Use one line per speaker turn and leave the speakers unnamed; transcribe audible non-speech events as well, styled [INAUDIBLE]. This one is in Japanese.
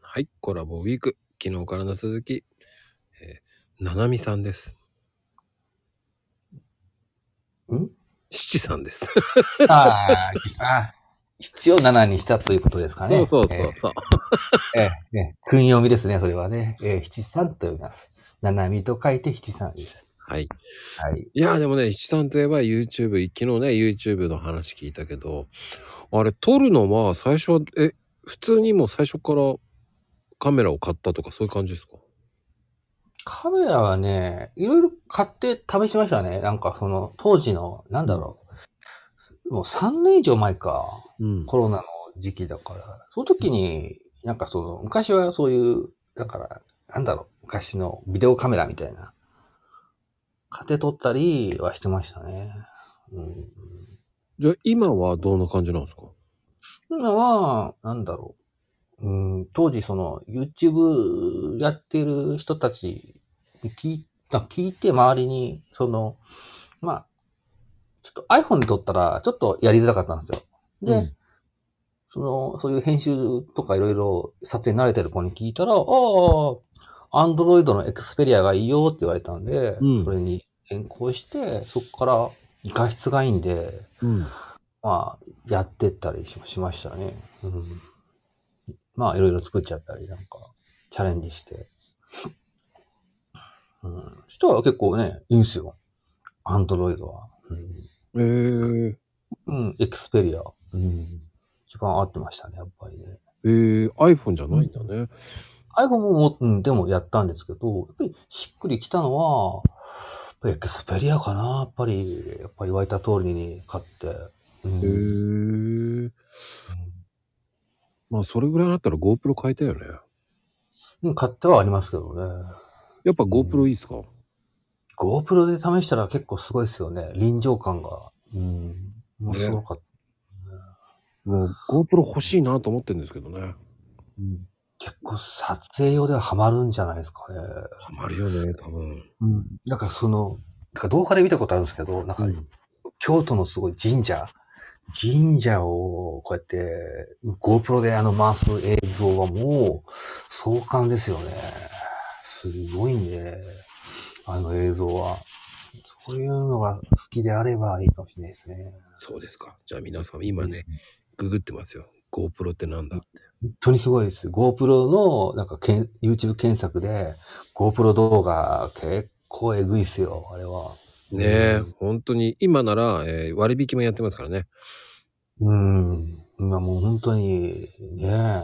はい、コラボウィーク。昨日からの続き、えー、ななみさんです。
ん
七さんです。
ああ、必要7にしたということですかね。
[LAUGHS] そうそうそうそう。
えー、えー、ね、訓読みですね、それはね。えー、七三と呼びます。七みと書いて七三です。
はい。
はい。
いや、でもね、七三といえば YouTube、昨日ね、YouTube の話聞いたけど、あれ、撮るのは最初は、え、普通にもう最初からカメラを買ったとか、そういう感じですか
カメラはね、いろいろ買って試しましたね。なんかその、当時の、なんだろう。もう3年以上前か。
うん、
コロナの時期だから。その時に、なんかその、昔はそういう、だから、なんだろう。昔のビデオカメラみたいな。買って撮ったりはしてましたね。うん、
じゃあ今はどんな感じなんですか
今は、なんだろう。うん、当時その YouTube やってる人たちに聞い聞いて周りに、その、まあ、ちょっと iPhone で撮ったらちょっとやりづらかったんですよ。で、うん、その、そういう編集とかいろいろ撮影慣れてる子に聞いたら、ああ、アンドロイドのエクスペリアがいいよって言われたんで、
うん、
それに変更して、そこから画質がいいんで、
うん、
まあ、やってったりしましたね。うん、まあ、いろいろ作っちゃったり、なんか、チャレンジして。うん、人は結構ね、いいんすよ。アンドロイドは。
うん、えー、
うん、エクスペリア。うん、一番合ってましたね、やっぱりね。
えー、iPhone じゃないんだね。
iPhone も、うん、でもやったんですけど、やっぱりしっくりきたのは、やっぱりエクスペリアかな、やっぱり、やっぱり言われた通りに買って。
うん、へえ、うん。まあ、それぐらいだったら GoPro 買いたよね。
うん、買ってはありますけどね。
やっぱ GoPro いいっすか、うん、
?GoPro で試したら結構すごいっすよね。臨場感が。うん。面白かった。ね
もう GoPro 欲しいなと思ってるんですけどね。
うん、結構撮影用ではハマるんじゃないですかね。
ハマるよね、多分。
うん。なんかその、なんか動画で見たことあるんですけど、なんか、うん、京都のすごい神社、神社をこうやって GoPro であの回す映像はもう壮観ですよね。すごいね。あの映像は。そういうのが好きであればいいかもしれないですね。
そうですか。じゃあ皆さん今ね、うんググってますよ。GoPro ってなんだって。
本当にすごいです。GoPro の、なんかけん、YouTube 検索で、GoPro 動画結構えぐいっすよ、あれは。
ねえ、うん、本当に、今なら、えー、割引もやってますからね。
うん。今もう本当に、ねえ、